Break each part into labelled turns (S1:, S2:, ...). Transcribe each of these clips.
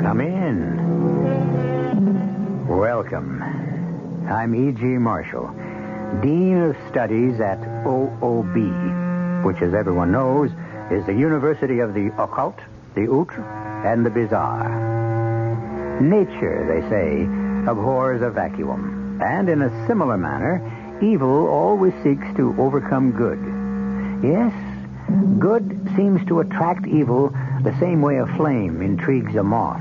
S1: Come in. Welcome. I'm E.G. Marshall, Dean of Studies at OOB, which, as everyone knows, is the University of the Occult, the Outre, and the Bizarre. Nature, they say, abhors a vacuum, and in a similar manner, evil always seeks to overcome good. Yes, good seems to attract evil the same way a flame intrigues a moth.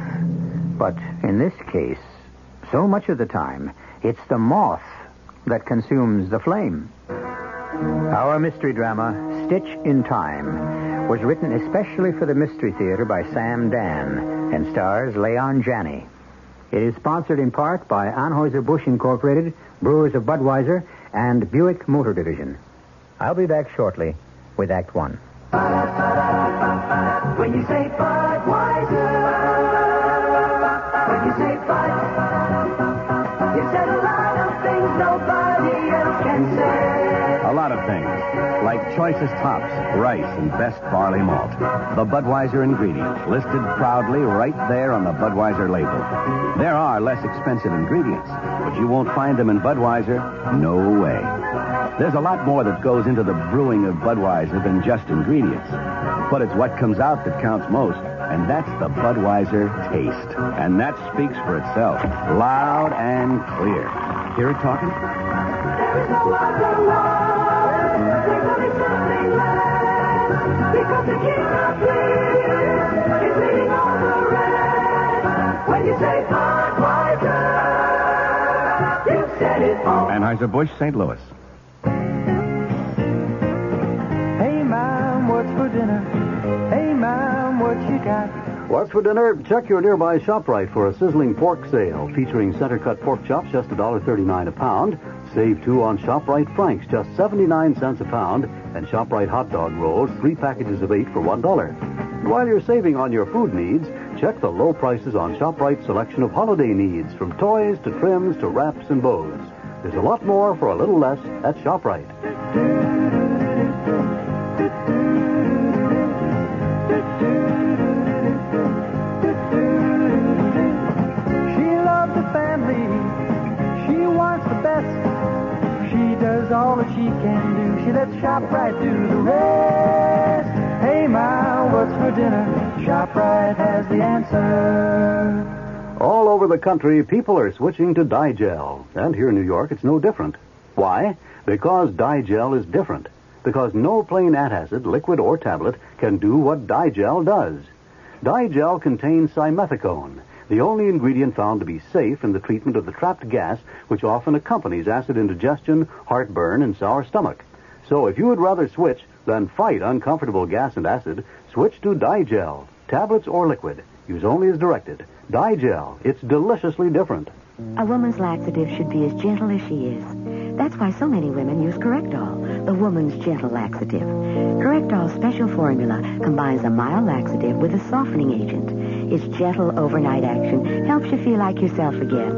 S1: But in this case, so much of the time, it's the moth that consumes the flame. Our mystery drama, Stitch in Time, was written especially for the Mystery Theater by Sam Dan and stars Leon Janney. It is sponsored in part by Anheuser-Busch Incorporated, Brewers of Budweiser, and Buick Motor Division. I'll be back shortly with Act One.
S2: When you say Budweiser, when you say Bud, you said a lot of things nobody else can say.
S3: A lot of things, like choicest hops, rice, and best barley malt. The Budweiser ingredient, listed proudly right there on the Budweiser label. There are less expensive ingredients, but you won't find them in Budweiser, no way. There's a lot more that goes into the brewing of Budweiser than just ingredients, but it's what comes out that counts most. And that's the Budweiser taste. And that speaks for itself, loud and clear. Hear it talking?
S2: There is no other love. There's only something left. Because the king of beer is leading all the rest. When you say Budweiser, you've said it all.
S3: Anheuser-Busch, St. Louis.
S4: Hey, ma'am, what's for dinner? Hey, ma'am, what you got?
S5: What's for dinner? Check your nearby ShopRite for a sizzling pork sale featuring center cut pork chops just $1.39 a pound. Save two on ShopRite Franks, just 79 cents a pound, and ShopRite hot dog rolls, three packages of eight for $1. And while you're saving on your food needs, check the low prices on ShopRite's selection of holiday needs, from toys to trims to wraps and bows. There's a lot more for a little less at ShopRite.
S4: She loves the family. She wants the best. She does all that she can do. She lets ShopRite do the rest. Hey, ma, what's for dinner? ShopRite has the answer.
S5: All over the country, people are switching to Digel. And here in New York, it's no different. Why? Because Digel is different. Because no plain antacid, liquid or tablet, can do what Digel does. Digel contains simethicone, the only ingredient found to be safe in the treatment of the trapped gas which often accompanies acid indigestion, heartburn, and sour stomach. So if you would rather switch than fight uncomfortable gas and acid, switch to Digel, tablets or liquid. Use only as directed. Digel, it's deliciously different.
S6: A woman's laxative should be as gentle as she is. That's why so many women use Correctol, the woman's gentle laxative. Correctol's special formula combines a mild laxative with a softening agent. Its gentle overnight action helps you feel like yourself again.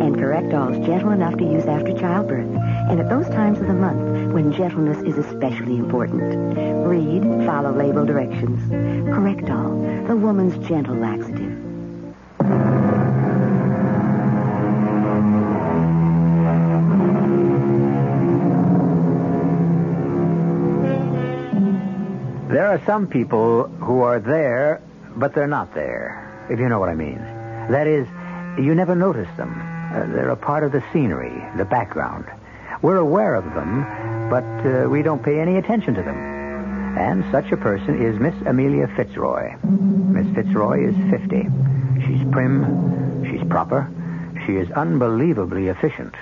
S6: And Correctol's gentle enough to use after childbirth and at those times of the month when gentleness is especially important. Read, follow label directions. Correctol, the woman's gentle laxative.
S1: There are some people who are there, but they're not there, if you know what I mean. That is, you never notice them. Uh, they're a part of the scenery, the background. We're aware of them, but uh, we don't pay any attention to them. And such a person is Miss Amelia Fitzroy. Miss Fitzroy is 50. She's prim, she's proper, she is unbelievably efficient,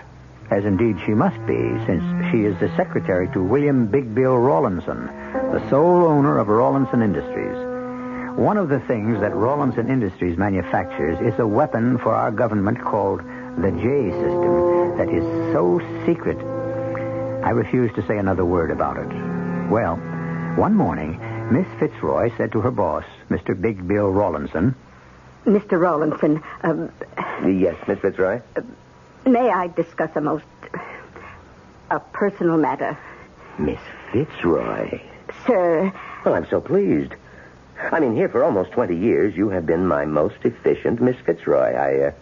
S1: as indeed she must be, since she is the secretary to William Big Bill Rawlinson, the sole owner of Rawlinson Industries. One of the things that Rawlinson Industries manufactures is a weapon for our government called the J system that is so secret I refuse to say another word about it. Well, one morning, Miss Fitzroy said to her boss, Mr. Big Bill Rawlinson,
S7: Mr. Rawlinson, um,
S8: Yes, Miss Fitzroy?
S7: may I discuss a most. a personal matter?
S8: Miss Fitzroy.
S7: Sir,
S8: Well, I'm so pleased. I mean, here for almost 20 years, you have been my most efficient Miss Fitzroy. I, uh,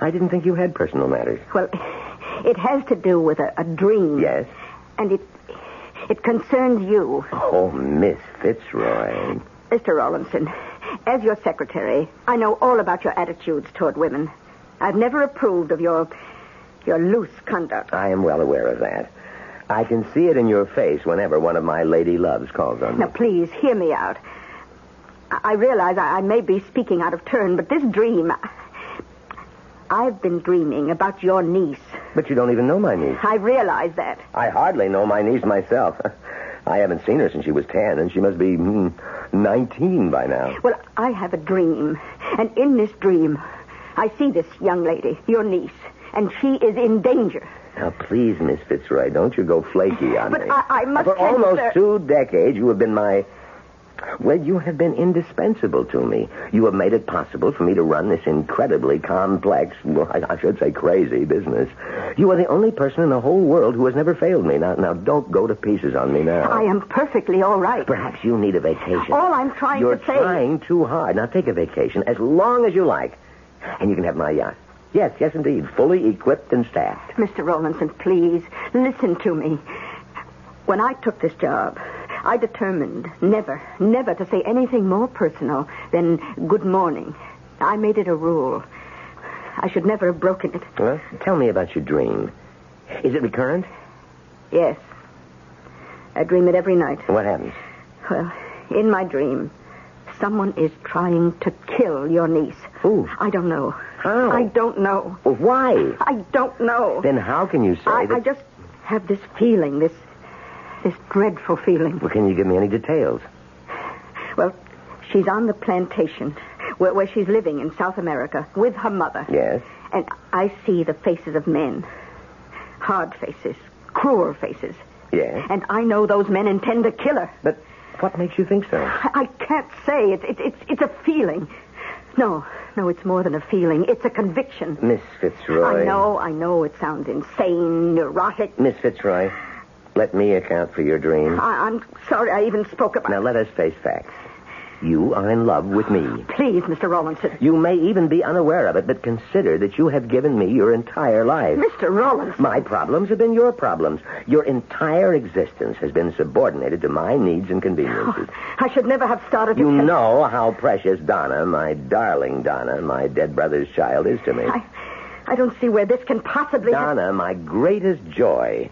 S8: I didn't think you had personal matters.
S7: well, it has to do with a, a dream.
S8: Yes?
S7: And it. it concerns you.
S8: Oh, Miss Fitzroy.
S7: Mr. Rawlinson, as your secretary, I know all about your attitudes toward women. I've never approved of your. your loose conduct.
S8: I am well aware of that. I can see it in your face whenever one of my lady loves calls on
S7: Now,
S8: you.
S7: please, hear me out. I I realize I, I may be speaking out of turn, but this dream. I've been dreaming about your niece.
S8: But you don't even know my niece.
S7: I realize that.
S8: I hardly know my niece myself. I haven't seen her since she was 10, and she must be hmm, 19 by now.
S7: Well, I have a dream. And in this dream, I see this young lady, your niece, and she is in danger.
S8: Now, please, Miss Fitzroy, don't you go flaky on
S7: But
S8: me.
S7: I- I must
S8: For
S7: tell you,
S8: almost
S7: sir-
S8: two decades, you have been my. Well, you have been indispensable to me. You have made it possible for me to run this incredibly complex, well, I, I should say crazy business. You are the only person in the whole world who has never failed me. Now, now, don't go to pieces on me now.
S7: I am perfectly all right.
S8: Perhaps you need a vacation.
S7: All I'm trying
S8: You're
S7: to say-
S8: trying too hard. Now take a vacation as long as you like, and you can have my yacht. Yes, yes, indeed, fully equipped and staffed.
S7: Mr. Rawlinson, please, listen to me. When I took this job, I determined never, never to say anything more personal than good morning. I made it a rule. I should never have broken it.
S8: Well, tell me about your dream. Is it recurrent?
S7: Yes. I dream it every night.
S8: What happens?
S7: Well, in my dream, someone is trying to kill your niece.
S8: Who?
S7: I don't know.
S8: How?
S7: I don't know.
S8: Well, why?
S7: I don't know.
S8: Then how can you say
S7: I,
S8: that?
S7: I just have this feeling, this this dreadful feeling.
S8: Well, can you give me any details?
S7: Well, she's on the plantation where, where she's living in South America with her mother.
S8: Yes.
S7: And I see the faces of men. Hard faces, cruel faces.
S8: Yes.
S7: And I know those men intend to kill her.
S8: But what makes you think so?
S7: I, I can't say. It's, it's, it's, it's a feeling. No, no, it's more than a feeling. It's a conviction.
S8: Miss Fitzroy.
S7: I know, I know it sounds insane, neurotic.
S8: Miss Fitzroy, let me account for your dream.
S7: I, I'm sorry I even spoke about
S8: Now let us face facts. You are in love with me.
S7: Please, Mr. Rawlinson.
S8: You may even be unaware of it, but consider that you have given me your entire life.
S7: Mr. Rawlinson.
S8: My problems have been your problems. Your entire existence has been subordinated to my needs and conveniences.
S7: I should never have started
S8: You
S7: to...
S8: know how precious Donna, my darling Donna, my dead brother's child, is to me.
S7: I, I don't see where this can possibly... ha-
S8: Donna, my greatest joy,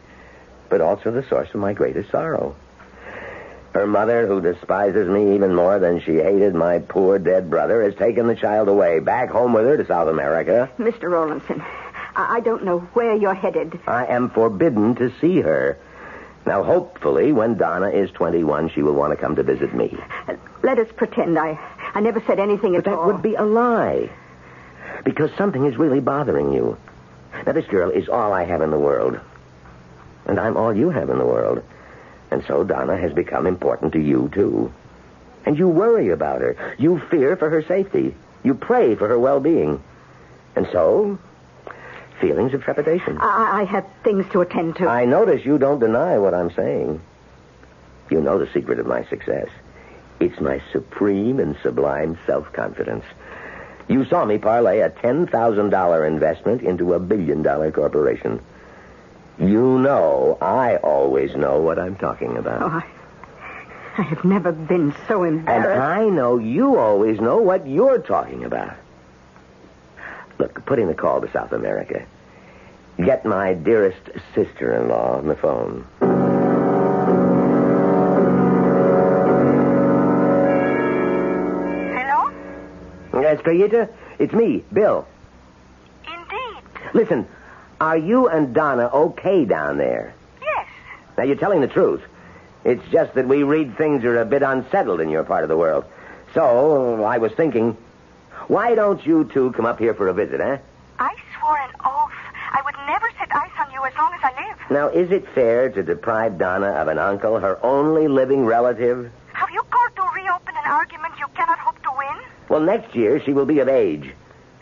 S8: but also the source of my greatest sorrow. Her mother, who despises me even more than she hated my poor dead brother, has taken the child away, back home with her to South America.
S7: Mr. Rawlinson, I, I don't know where you're headed.
S8: I am forbidden to see her. Now, hopefully, when Donna is 21, she will want to come to visit me.
S7: Uh, Let us pretend I, I never said anything
S8: But
S7: at
S8: that
S7: all.
S8: would be a lie. Because something is really bothering you. Now, this girl is all I have in the world. And I'm all you have in the world. And so Donna has become important to you, too. And you worry about her. You fear for her safety. You pray for her well being. And so, feelings of trepidation.
S7: I, I have things to attend to.
S8: I notice you don't deny what I'm saying. You know the secret of my success. It's my supreme and sublime self confidence. You saw me parlay a $10,000 investment into a billion dollar corporation. You know I always know what I'm talking about.
S7: Oh, I, I have never been so
S8: And
S7: embarrassed.
S8: I know you always know what you're talking about. Look, put in a call to South America. Get my dearest sister in law on the phone.
S9: Hello?
S8: Estrellita, it's me, Bill.
S2: Indeed.
S8: Listen, are you and Donna okay down there?
S2: Yes.
S8: Now, you're telling the truth. It's just that we read things are a bit unsettled in your part of the world. So, I was thinking, why don't you two come up here for a visit, eh?
S2: I swore an oath. I would never set eyes on you as long as I live.
S8: Now, is it fair to deprive Donna of an uncle, her only living relative?
S2: Have you called to reopen an argument you cannot hope to win?
S8: Well, next year she will be of age.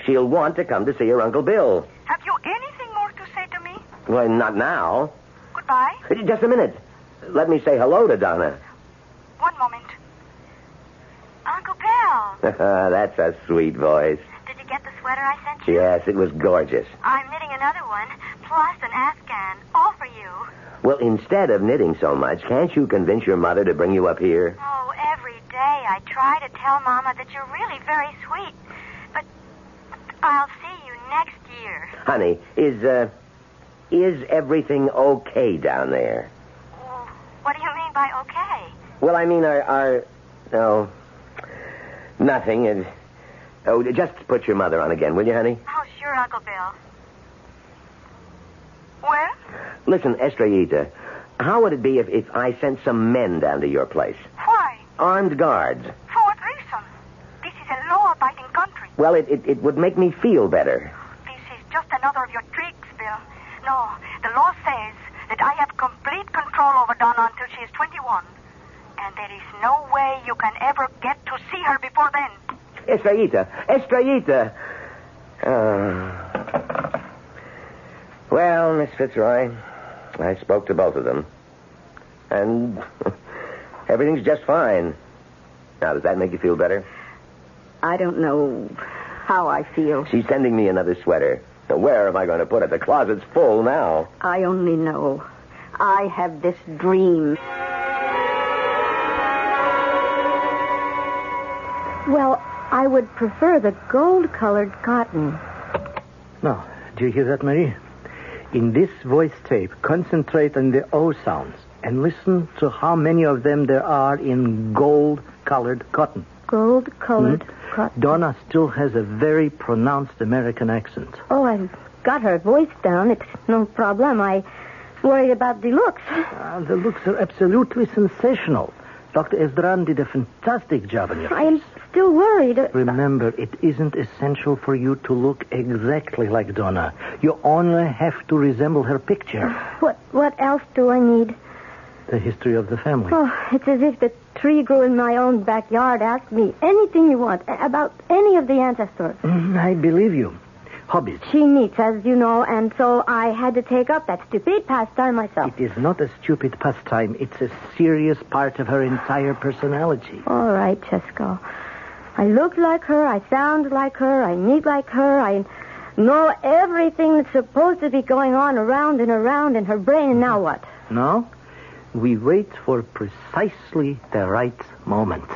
S8: She'll want to come to see her Uncle Bill.
S2: Have you anything more to say to me?
S8: Well, not now.
S2: Goodbye.
S8: Just a minute. Let me say hello to Donna.
S2: One moment. Uncle Bill,
S8: That's a sweet voice.
S2: did you get the sweater I sent you?
S8: Yes, it was gorgeous.
S2: I'm knitting another one, plus an Afghan, all for you.
S8: Well, instead of knitting so much, can't you convince your mother to bring you up here?
S2: Oh, every day I try to tell Mama that you're really very sweet. But I'll see you next year.
S8: Honey, is, uh, is everything okay down there?
S2: Well, What do you mean by okay?
S8: Well, I mean, are, are, no, nothing. And, oh, just put your mother on again, will you, honey?
S2: Oh, sure, Uncle Bill. Well,
S8: Listen, Estrellita, how would it be if, if I sent some men down to your place?
S2: why?
S8: Armed guards.
S2: For what reason? This is a law-abiding country.
S8: Well, it, it, it would make me feel better.
S2: This is just another of your tricks, Bill. No, the law says that I have complete control over Donna until she is 21. And there is no way you can ever get to see her before then.
S8: Estrellita, Estrellita. Ah. well, Miss Fitzroy, I spoke to both of them. And everything's just fine. Now, does that make you feel better?
S7: I don't know how I feel.
S8: She's sending me another sweater. Now, where am I going to put it? The closet's full now.
S7: I only know I have this dream.
S10: Well, I would prefer the gold colored cotton.
S11: Now, do you hear that, Mary? In this voice tape, concentrate on the O sounds and listen to how many of them there are in gold colored cotton. Hmm?
S10: Gold colored cotton.
S11: Donna still has a very pronounced American accent.
S10: Oh, I've got her voice down. It's no problem. I worried about the looks.
S11: Ah, the looks are absolutely sensational. Dr. Esdran did a fantastic job on your
S10: I am still worried.
S11: Remember, it isn't essential for you to look exactly like Donna. You only have to resemble her picture.
S10: What what else do I need?
S11: The history of the family.
S10: Oh, it's as if the tree grew in my own backyard. Ask me anything you want a- about any of the ancestors.
S11: Mm, I believe you. Hobbies.
S10: She needs, as you know, and so I had to take up that stupid pastime myself.
S11: It is not a stupid pastime. It's a serious part of her entire personality.
S10: All right, Chesco. I look like her, I sound like her, I meet like her, I know everything that's supposed to be going on around and around in her brain, and now what?
S11: No? We wait for precisely the right moment.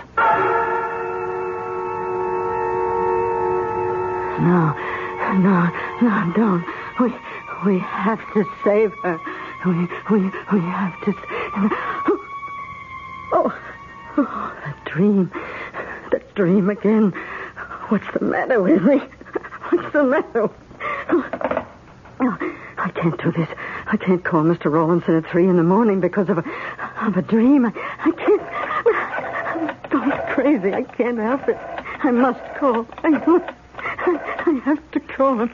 S7: No, no, no, don't. We, we have to save her. We, we, we have to. s- Oh, oh, that dream, that dream again. What's the matter with me? What's the matter? Oh, I can't do this. I can't call Mr. Rawlinson at three in the morning because of a, of a dream. I, I can't. I'm going crazy. I can't help it. I must call. I must. I, I have to call him.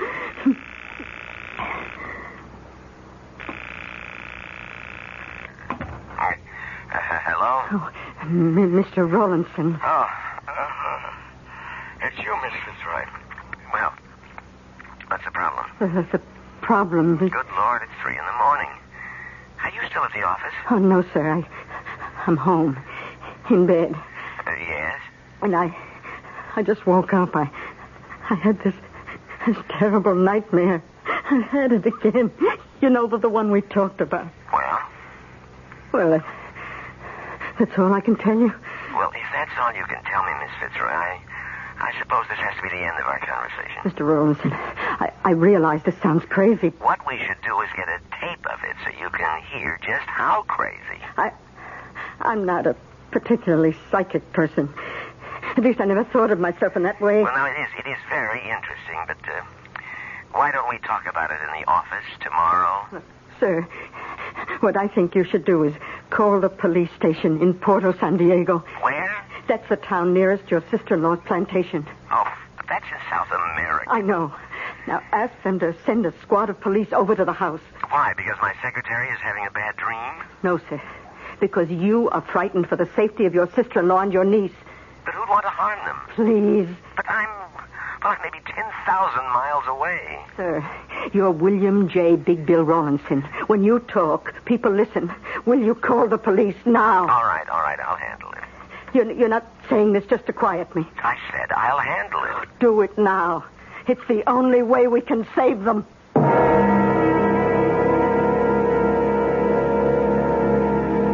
S8: Uh, hello?
S7: Oh, M- Mr. Rawlinson.
S8: Oh. uh, it's you, Miss Fitzroy. Well, what's the problem?
S7: There's a problem.
S8: Good Lord, it's three in the morning. Are you still at the office?
S7: Oh, no, sir. I, I'm home. In bed.
S8: Uh, yes.
S7: And I, I just woke up. I, I had this, this terrible nightmare. I had it again. You know, the, the one we talked about.
S8: Well,
S7: Well, uh, that's all I can tell you.
S8: well, if that's all you can tell me, Miss Fitzroy, I, I suppose this has to be the end of our conversation.
S7: Mr. Rawlinson, I, I realize this sounds crazy.
S8: What we should do is get a tape of it so you can hear just how crazy.
S7: I, I'm not a particularly psychic person. At least I never thought of myself in that way.
S12: Well, now it is it is very interesting, but uh, why don't we talk about it in the office tomorrow?
S7: Sir, what I think you should do is call the police station in Porto San Diego.
S12: Where?
S7: That's the town nearest your sister-in-law's plantation.
S12: Oh, but that's in South America.
S7: I know. Now ask them to send a squad of police over to the house.
S12: Why? Because my secretary is having a bad dream.
S7: No, sir. Because you are frightened for the safety of your sister-in-law and your niece.
S12: But who'd want to harm them?
S7: Please,
S12: But I'm well, I'm maybe ten thousand miles away.
S7: sir, you're William J. Big Bill Rawlinson. When you talk, people listen. Will you call the police now?
S12: All right, all right, I'll handle it.
S7: You're, you're not saying this just to quiet me.
S12: I said I'll handle it.
S7: Do it now. It's the only way we can save them.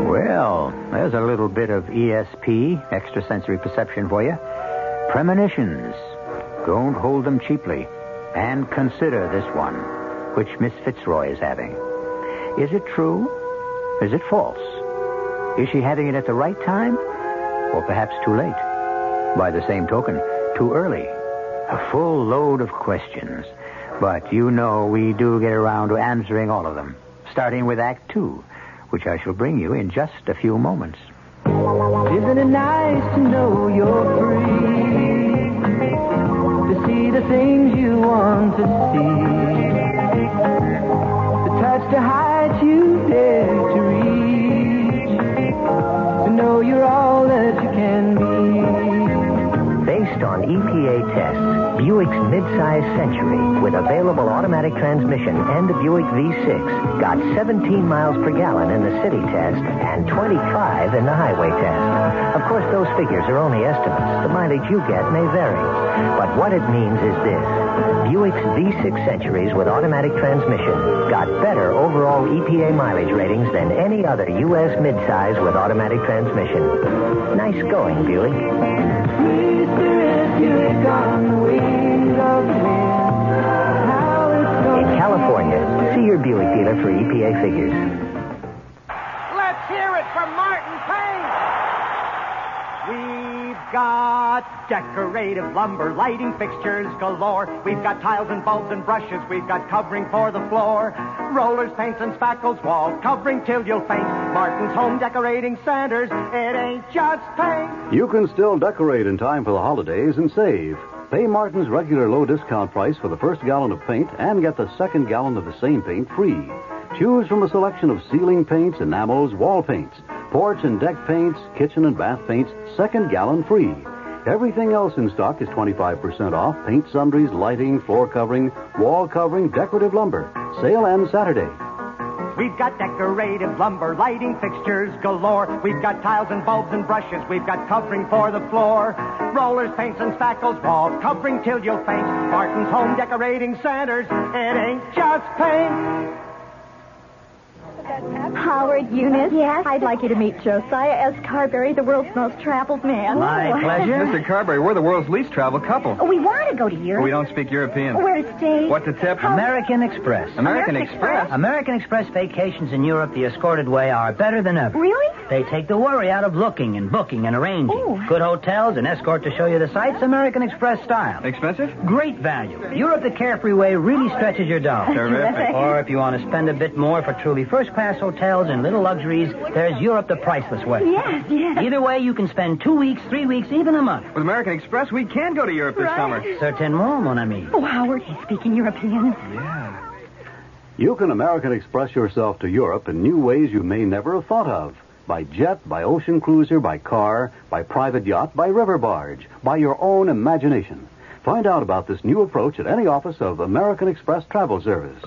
S1: Well, there's a little bit of E ESP, extrasensory perception for you. Premonitions. Don't hold them cheaply. And consider this one, which Miss Fitzroy is having. Is it true? Is it false? Is she having it at the right time? Or perhaps too late? By the same token, too early? A full load of questions. But you know we do get around to answering all of them, starting with Act Two, which I shall bring you in just a few moments.
S4: Isn't it nice to know you're free? To see the things you want to see. The touch to heights you dare to reach. To know you're all that you can be.
S13: Based on EPA tests, Buick's midsize Century with available automatic transmission and the Buick V6 got 17 miles per gallon in the city test and 25 in the highway test. Of course, those figures are only estimates. The mileage you get may vary. But what it means is this. Buick's V6 Centuries with automatic transmission got better overall EPA mileage ratings than any other U.S. midsize with automatic transmission. Nice going, Buick.
S4: Free spirit, Buick on the wings of the wind. How it's
S13: In California, see your Buick dealer for
S1: E
S13: EPA figures.
S4: Let's hear it from Martin Payne. We've got decorative lumber, lighting fixtures galore. We've got tiles and bulbs and brushes. We've got covering for the floor. Rollers, paints, and spackles, wall covering till you'll faint. Martin's Home Decorating Centers. It ain't just paint.
S5: You can still decorate in time for the holidays and save. Pay Martin's regular low discount price for the first gallon of paint and get the second gallon of the same paint free. Choose from a selection of ceiling paints, enamels, wall paints, porch and deck paints, kitchen and bath paints, second gallon free. Everything else in stock is 25% off paint sundries, lighting, floor covering, wall covering, decorative lumber. Sale ends Saturday.
S4: We've got decorative lumber, lighting fixtures galore. We've got tiles and bulbs and brushes. We've got covering for the floor. Rollers, paints, and spackles, wall covering till you'll faint. Martin's Home Decorating Centers. It ain't just paint.
S10: Howard Eunice. Yes. I'd like you to meet Josiah S. Carberry, the world's most traveled
S7: Oh,
S10: man.
S14: Oh,
S15: My pleasure. Mr. Carberry, we're the world's least traveled couple.
S10: Oh, We want to go to Europe.
S15: We don't speak European.
S10: Where's Dave?
S15: What to tip?
S13: American Express.
S15: American Express?
S13: American Express vacations in Europe the escorted way are better than ever.
S10: Really?
S13: They take the worry out of looking and booking and arranging. Good hotels, an escort to show you the sights, American Express style.
S15: Expensive?
S13: Great value. Europe the carefree way really stretches your dollar.
S15: Terrific.
S13: Or if you want to spend a bit more for truly first class hotels and little luxuries, there's Europe the priceless way.
S10: Yes, yes.
S13: Either way, you can spend two weeks, three weeks, even a month.
S15: With American Express, we can go to Europe this summer.
S13: Certainement, mon ami.
S10: Oh, Howard, he's speaking European.
S15: Yeah.
S5: You can American Express yourself to Europe in new ways you may never have thought of. By jet, by ocean cruiser, by car, by private yacht, by river barge, by your own imagination. Find out about this new approach at any office of American Express Travel Service.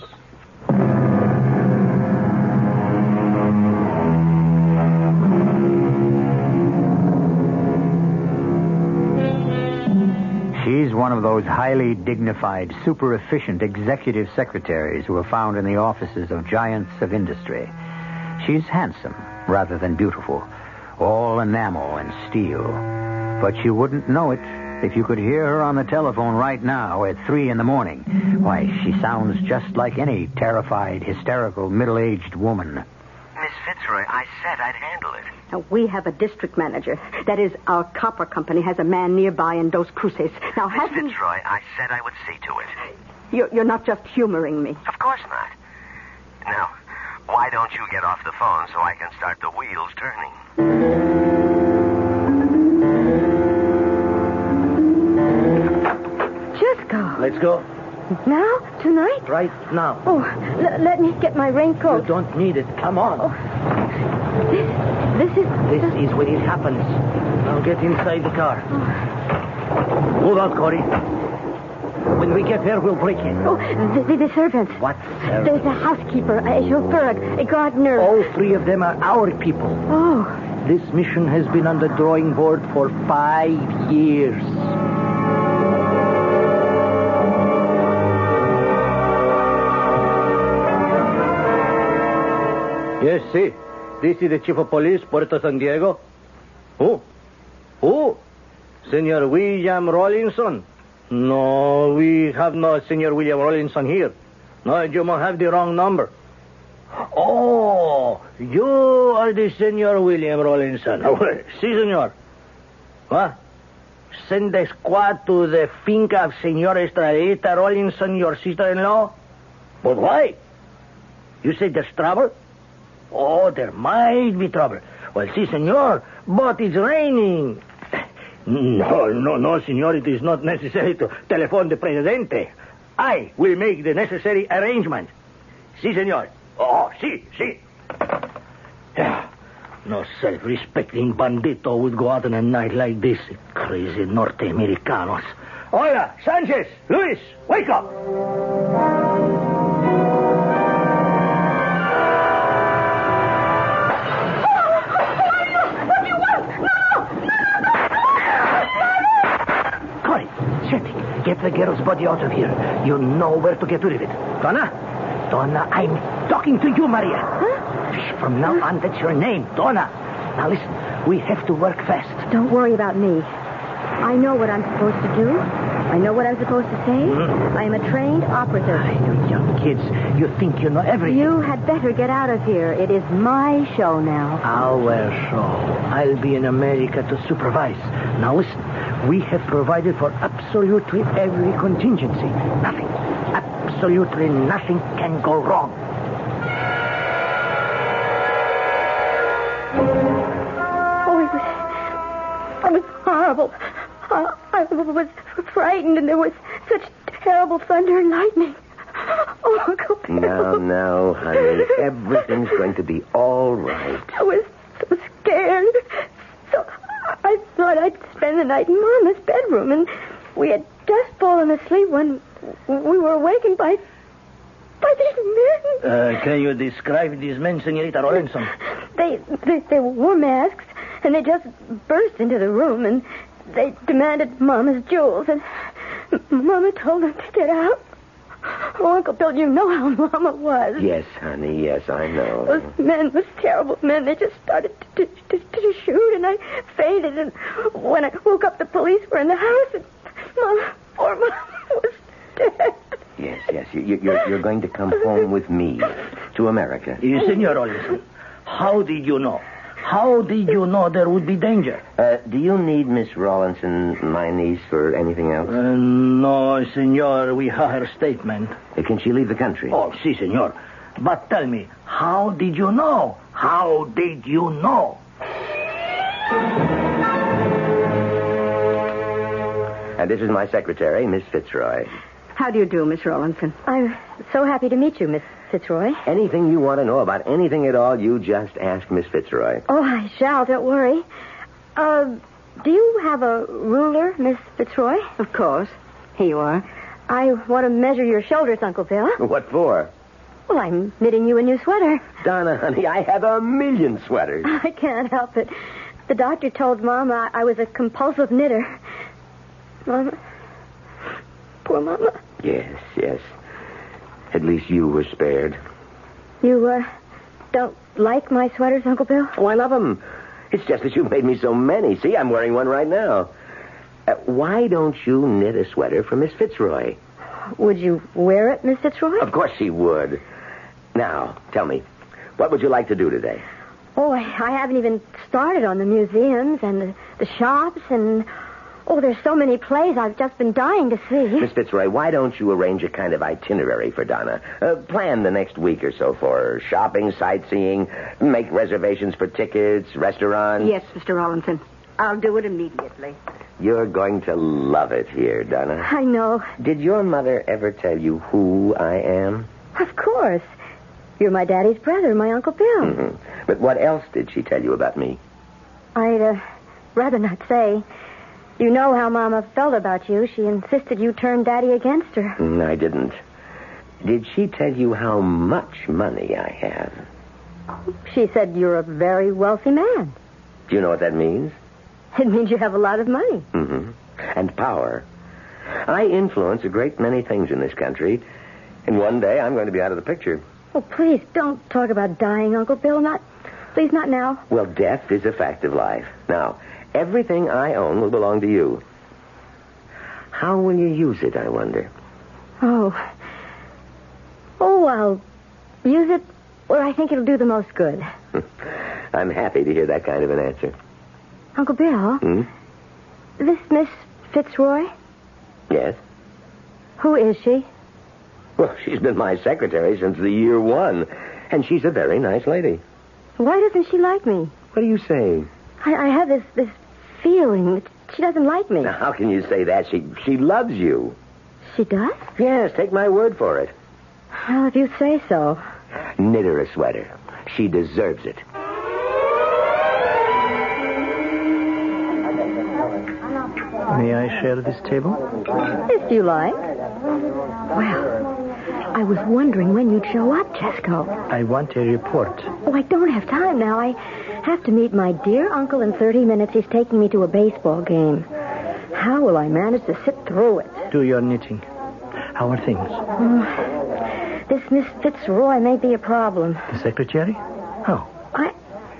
S1: She's one of those highly dignified, super efficient executive secretaries who are found in the offices of giants of industry. She's handsome rather than beautiful, all enamel and steel. But you wouldn't know it if you could hear her on the telephone right now at three in the morning. Why, she sounds just like any terrified, hysterical, middle aged woman.
S12: Miss Fitzroy, I said I'd handle it.
S7: Now, we have a district manager. That is, our copper company has a man nearby in Dos Cruces. Now,
S12: Miss
S7: hasn't...
S12: Fitzroy, I said I would see to it.
S7: You're, you're not just humoring me.
S12: Of course not. Now, why don't you get off the phone so I can start the wheels turning?
S10: Just go.
S8: Let's go.
S10: Ah. Now? Tonight?
S8: Right now.
S10: Oh, l- let me get my raincoat. Oh.
S8: You don't need it. Come on.
S10: This is.
S8: This is where it happens. Now get inside the car.
S10: Oh.
S8: Hold on, Corey. When we get there, we'll break in.
S10: Oh, the, the, the servants.
S8: What?
S10: There's a housekeeper, a chauffeur, a gardener.
S8: All three of them are our people.
S10: Oh,
S8: This mission has been on the drawing board for five years.
S11: Yes, see. This is the chief of police, Puerto San Diego. Who? Who? Senor William Rollinson. No, we have no Senor William Rollinson here. No, you must have the wrong number. Oh, you are the Senor William Rollinson. si, senor. What? Send the squad to the finca of Senor Estradita Rollinson, your sister-in-law? But why? You say there's trouble? Oh, there might be trouble. Well, si, senor, but it's raining. No, no, no, senor, it is not necessary to telephone the presidente. I will make the necessary arrangements. Si, senor. Oh, si, si. Yeah. No self-respecting bandito would go out on a night like this. Crazy Norte Americanos. Hola, Sanchez, Luis, wake up. Corey, Sandy, get the girl's body out of here. You know where to get rid of it. Donna? Donna, I'm talking to you, Maria. Shh, From now on, that's your name, Donna. Now listen, we have to work fast.
S6: Don't worry about me. I know what I'm supposed to do. I know what I'm supposed to say. I am a trained operative.
S8: you Mm-hmm. young kids, you think you know everything.
S6: You had better get out of here. It is my show now.
S8: Our show. I'll be in America to supervise. Now listen, we have provided for absolutely every contingency. Nothing, absolutely nothing can go wrong.
S10: oh, it was. It was horrible. I, I was frightened, and there was such terrible thunder and lightning. Oh, Uncle Bill.
S8: No, no, honey. Everything's going to be all right.
S10: I was so scared. So I thought I'd spend the night in Mama's bedroom, and we had just fallen asleep when we were awakened by by these men.
S8: Uh, can you describe these men, Senorita Rollinson?
S10: They, they they wore masks, and they just burst into the room, and they demanded Mama's jewels, and Mama told them to get out. Oh, Uncle Bill, you know how Mama was.
S8: Yes, honey, yes, I know.
S10: Those men, those terrible men, they just started to, to, to, to shoot, and I fainted. And when I woke up, the police were in the house, and Mama, poor Mama was dead.
S8: Yes,
S12: yes,
S8: you, you, you're,
S12: you're
S8: going to come home with me to America. Senor Rollinson, how did you know? How did you know there would be danger?
S12: Uh, do you need Miss Rawlinson, my niece, for anything else?
S8: Uh, no, senor, we have her statement.
S12: Uh, can she leave the country?
S8: Oh, si, senor. But tell me, how did you know? How did you know?
S12: And Uh, this is my secretary, Miss Fitzroy.
S7: How do you do, Miss Rawlinson?
S10: I'm so happy to meet you, Miss Fitzroy.
S12: Anything you want to know about anything at all, you just ask Miss Fitzroy.
S10: Oh, I shall. Don't worry. Uh, do you have a ruler, Miss Fitzroy?
S7: Of course. Here you are.
S10: I want to measure your shoulders, Uncle Bill.
S12: What for?
S10: Well, I'm knitting you a new sweater.
S12: Donna, honey, I have a million sweaters.
S10: I can't help it. The doctor told Mom I, I was a compulsive knitter. Mama. Poor Mama.
S12: Yes, yes. At least you were spared.
S10: You, uh, don't like my sweaters, Uncle Bill?
S12: Oh, I love them. It's just that you've made me so many. See, I'm wearing one right now. Uh, why don't you knit a sweater for Miss Fitzroy?
S10: Would you wear it, Miss Fitzroy?
S12: Of course she would. Now, tell me,
S8: What would you like to do today?
S10: Oh, I, I haven't even started on the museums and the, the shops and. Oh, there's so many plays I've just been dying to see.
S8: Miss Fitzroy, why don't you arrange a kind of itinerary for Donna? Uh, plan the next week or so for her. shopping, sightseeing, make reservations for tickets, restaurants.
S7: Yes, Mr. Rollinson. I'll do it immediately.
S8: You're going to love it here, Donna.
S10: I know.
S8: Did your mother ever tell you who I am?
S10: Of course. You're my daddy's brother, my Uncle Bill.
S8: hmm But what else did she tell you about me?
S10: I'd uh, rather not say. You know how Mama felt about you. She insisted you turn Daddy against her.
S8: Mm, I didn't. Did she tell you how much money I have?
S10: She said you're a very wealthy man.
S8: Do you know what that means?
S10: It means you have a lot of money.
S8: hmm And power. I influence a great many things in this country, and one day I'm going to be out of the picture.
S10: Oh, please don't talk about dying, Uncle Bill. Not, please, not now.
S8: Well, death is a fact of life. Now, everything I own will belong to you. How will you use it, I wonder?
S10: Oh. Oh, I'll use it where I think it'll do the most good.
S8: I'm happy to hear that kind of an answer.
S10: Uncle Bill,
S8: Hmm?
S10: this Miss Fitzroy,
S8: Yes?
S10: who is she?
S8: Well, she's been my secretary since the year one, and she's a very nice lady.
S10: Why doesn't she like me?
S8: What do you say?
S10: I, I have this, this feeling that she doesn't like me.
S8: Now, how can you say that? She she loves you.
S10: She does?
S8: Yes, take my word for it.
S10: Well, if you say so.
S8: Knit her a sweater. She deserves it.
S16: May I share this table?
S10: If you like. Well, I was wondering when you'd show up, Chesko.
S16: I want a report.
S10: Oh, I don't have time now. I have to meet my dear uncle in 30 minutes. He's taking me to a baseball game. How will I manage to sit through it?
S16: Do your knitting. How are things?
S10: Oh, this Miss Fitzroy may be a problem.
S16: The secretary? How?
S10: I,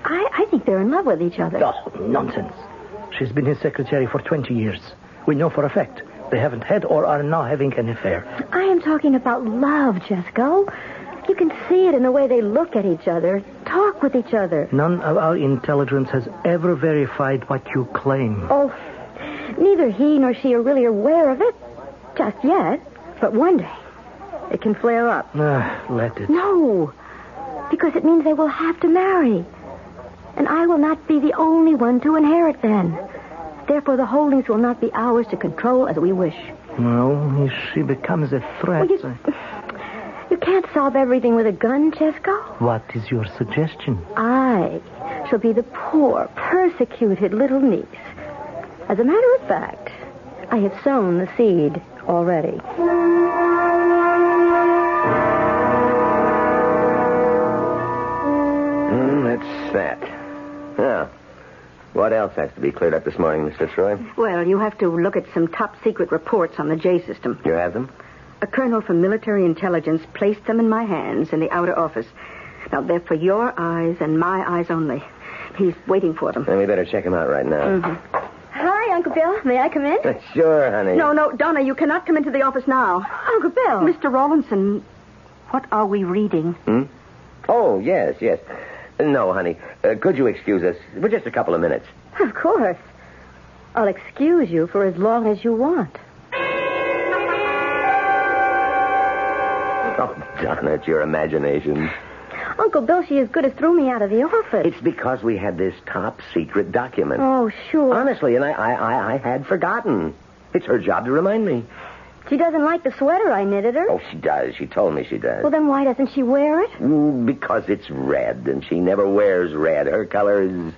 S10: I, I think they're in love with each other.
S16: Oh, nonsense. She's been his secretary for 20 years. We know for a fact they haven't had or are now having an affair.
S10: I am talking about love, Jesco. You can see it in the way they look at each other, talk with each other.
S16: None of our intelligence has ever verified what you claim.
S10: Oh, neither he nor she are really aware of it just yet, but one day it can flare up.
S16: Ah, let it.
S10: No, because it means they will have to marry. And I will not be the only one to inherit then. Therefore, the holdings will not be ours to control as we wish.
S16: Well, if she becomes a threat.
S10: You can't solve everything with a gun, Chesko.
S16: What is your suggestion?
S10: I shall be the poor, persecuted little niece. As a matter of fact, I have sown the seed already.
S8: Mm, that's that. Now, what else has to be cleared up this morning, Miss Fitzroy?
S7: Well, you have to look at some top secret reports on the J system.
S8: You have them?
S7: A colonel from military intelligence placed them in my hands in the outer office. Now, they're for your eyes and my eyes only. He's waiting for them. Mm-hmm.
S8: Then we better check them out right now.
S10: Hi, Uncle Bill. May I come in?
S8: Sure, honey.
S7: No, no, Donna, you cannot come into the office now.
S10: Uncle Bill.
S7: Mr. Rawlinson, what are we reading?
S8: Hmm? Oh, yes, yes. No, honey. Uh, could you excuse us for just a couple of minutes?
S10: Of course. I'll excuse you for as long as you want.
S8: Oh, Donna, it's your imagination.
S10: Uncle Bill, she as good as threw me out of the office.
S8: It's because we had this top secret document.
S10: Oh, sure.
S8: Honestly, and I, I, I, I had forgotten. It's her job to remind me.
S10: She doesn't like the sweater I knitted her.
S8: Oh, she does. She told me she does.
S10: Well, then why doesn't she wear it?
S8: Mm, Because it's red, and she never wears red. Her color is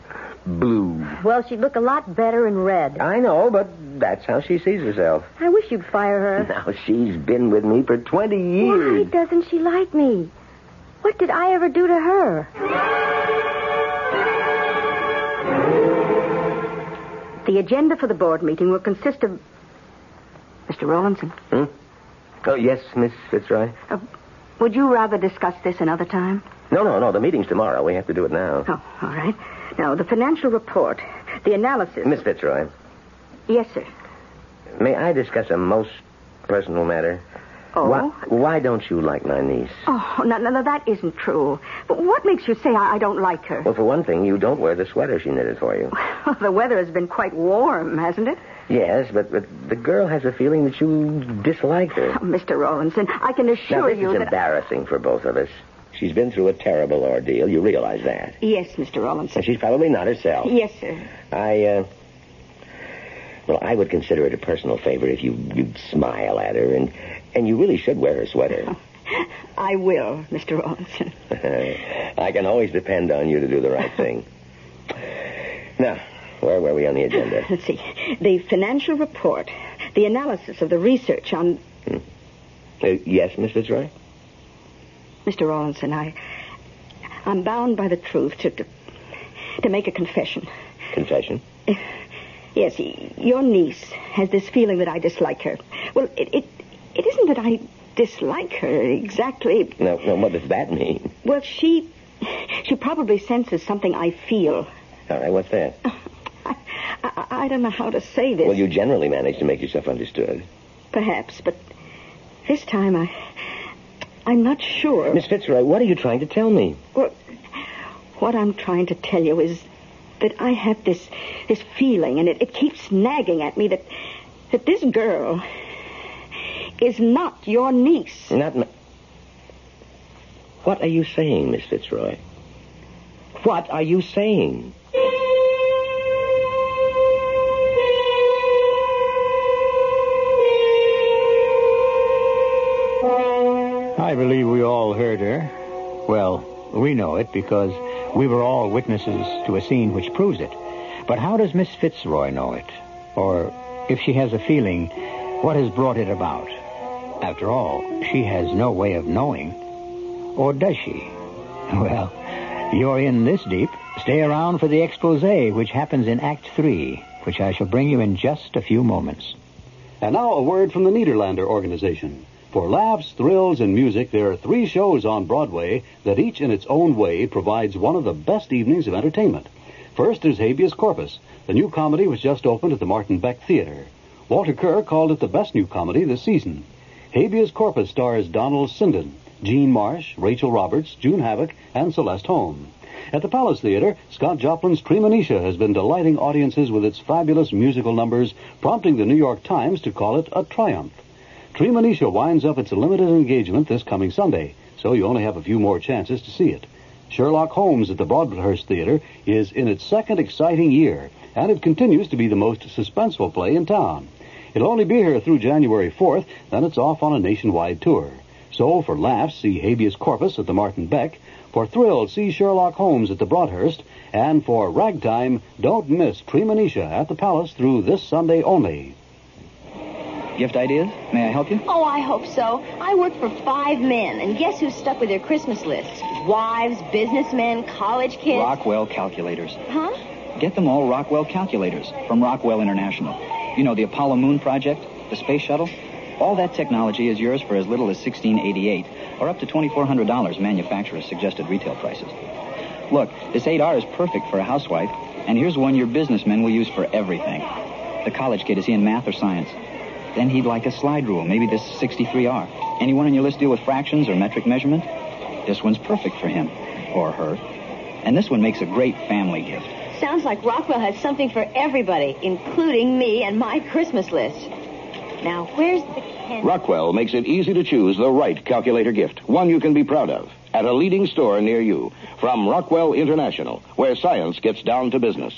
S8: blue.
S10: Well, she'd look a lot better in red.
S8: I know, but that's how she sees herself.
S10: I wish you'd fire her.
S8: Now, she's been with me for
S10: Why
S8: 20 years.
S10: doesn't she like me? What did I ever do to her?
S7: The agenda for the board meeting will consist of. Mr. Rawlinson,
S8: Hmm? Oh, yes, Miss Fitzroy?
S7: would you rather discuss this another time?
S8: No, no, no. The meeting's tomorrow. We have to do it now.
S7: Oh, all right. Now, the financial report, the analysis.
S8: Miss Fitzroy,
S7: Yes, sir.
S8: may I discuss a most personal matter?
S7: Oh.
S8: Why, why don't you like my niece?
S7: Oh, no, no, no, that isn't true. But what makes you say I, I don't like her?
S8: Well, for one thing, you don't wear the sweater she knitted for you.
S7: the weather has been quite warm, hasn't it?
S8: Yes, but, but the girl has a feeling that you dislike her.
S7: Oh, Mr. Rawlinson, I can
S8: Now,
S7: assure
S8: this
S7: you
S8: is
S7: that.
S8: embarrassing for both of us. She's been through a terrible ordeal. You realize that.
S7: Yes, Mr. Rawlinson.
S8: And she's probably not herself.
S7: Yes, sir.
S8: I, uh... Well, I would consider it a personal favor if you, you'd smile at her, and, and you really should wear her sweater.
S7: I will, Mr. Rawlinson.
S8: I can always depend on you to do the right thing. Now, where were we on the agenda?
S7: Let's see. The financial report, the analysis of the research on.
S8: Uh, yes, Miss Fitzroy?
S7: Mr. Rawlinson, I. I'm bound by the truth to, to, to make a confession.
S8: Confession?
S7: Yes, y- your niece has this feeling that I dislike her. Well, it, it, it isn't that I dislike her exactly.
S8: No, no, what does that mean?
S7: Well, she. She probably senses something I feel.
S8: All right, what's that?
S7: I, I don't know how to say this.
S8: Well, you generally manage to make yourself understood.
S7: Perhaps, but this time I. I'm not sure.
S8: Miss Fitzroy, what are you trying to tell me?
S7: Well, what I'm trying to tell you is that I have this this feeling, and it, it keeps nagging at me that that this girl is not your niece.
S8: Not. Ma- what are you saying, Miss Fitzroy? What are you saying?
S1: I believe we all heard her. Well, we know it because we were all witnesses to a scene which proves it. But how does Miss Fitzroy know it? Or if she has a feeling, what has brought it about? After all, she has no way of knowing. Or does she? Well, you're in this deep. Stay around for the expose, which happens in Act Three, which I shall bring you in just a few moments.
S5: And now a word from the Niederlander organization. For laughs, thrills, and music, there are three shows on Broadway that each in its own way provides one of the best evenings of entertainment. First is Habeas Corpus, the new comedy which just opened at the Martin Beck Theater. Walter Kerr called it the best new comedy this season. Habeas Corpus stars Donald Sinden, Gene Marsh, Rachel Roberts, June Havoc, and Celeste Holm. At the Palace Theater, Scott Joplin's Premonition has been delighting audiences with its fabulous musical numbers, prompting the New York Times to call it a triumph. Premonition winds up its limited engagement this coming Sunday, so you only have a few more chances to see it. Sherlock Holmes at the Broadhurst Theater is in its second exciting year, and it continues to be the most suspenseful play in town. It'll only be here through January 4th, then it's off on a nationwide tour. So, for laughs, see Habeas Corpus at the Martin Beck. For thrills, see Sherlock Holmes at the Broadhurst. And for ragtime, don't miss Premonition at the Palace through this Sunday only.
S17: Gift ideas? May I help you?
S14: Oh, I hope so. I work for five men, and guess who's stuck with their Christmas lists? Wives, businessmen, college kids.
S17: Rockwell calculators.
S14: Huh?
S17: Get them all Rockwell calculators from Rockwell International. You know, the Apollo Moon Project, the space shuttle. All that technology is yours for as little as $1688 or up to $2,400 manufacturer's suggested retail prices. Look, this 8R is perfect for a housewife, and here's one your businessmen will use for everything. The college kid, is he in math or science? Then he'd like a slide rule, maybe this 63R. Anyone on your list deal with fractions or metric measurement? This one's perfect for him or her. And this one makes a great family gift.
S14: Sounds like Rockwell has something for everybody, including me and my Christmas list. Now, where's the Ken?
S18: Rockwell makes it easy to choose the right calculator gift, one you can be proud of, at a leading store near you. From Rockwell International, where science gets down to business.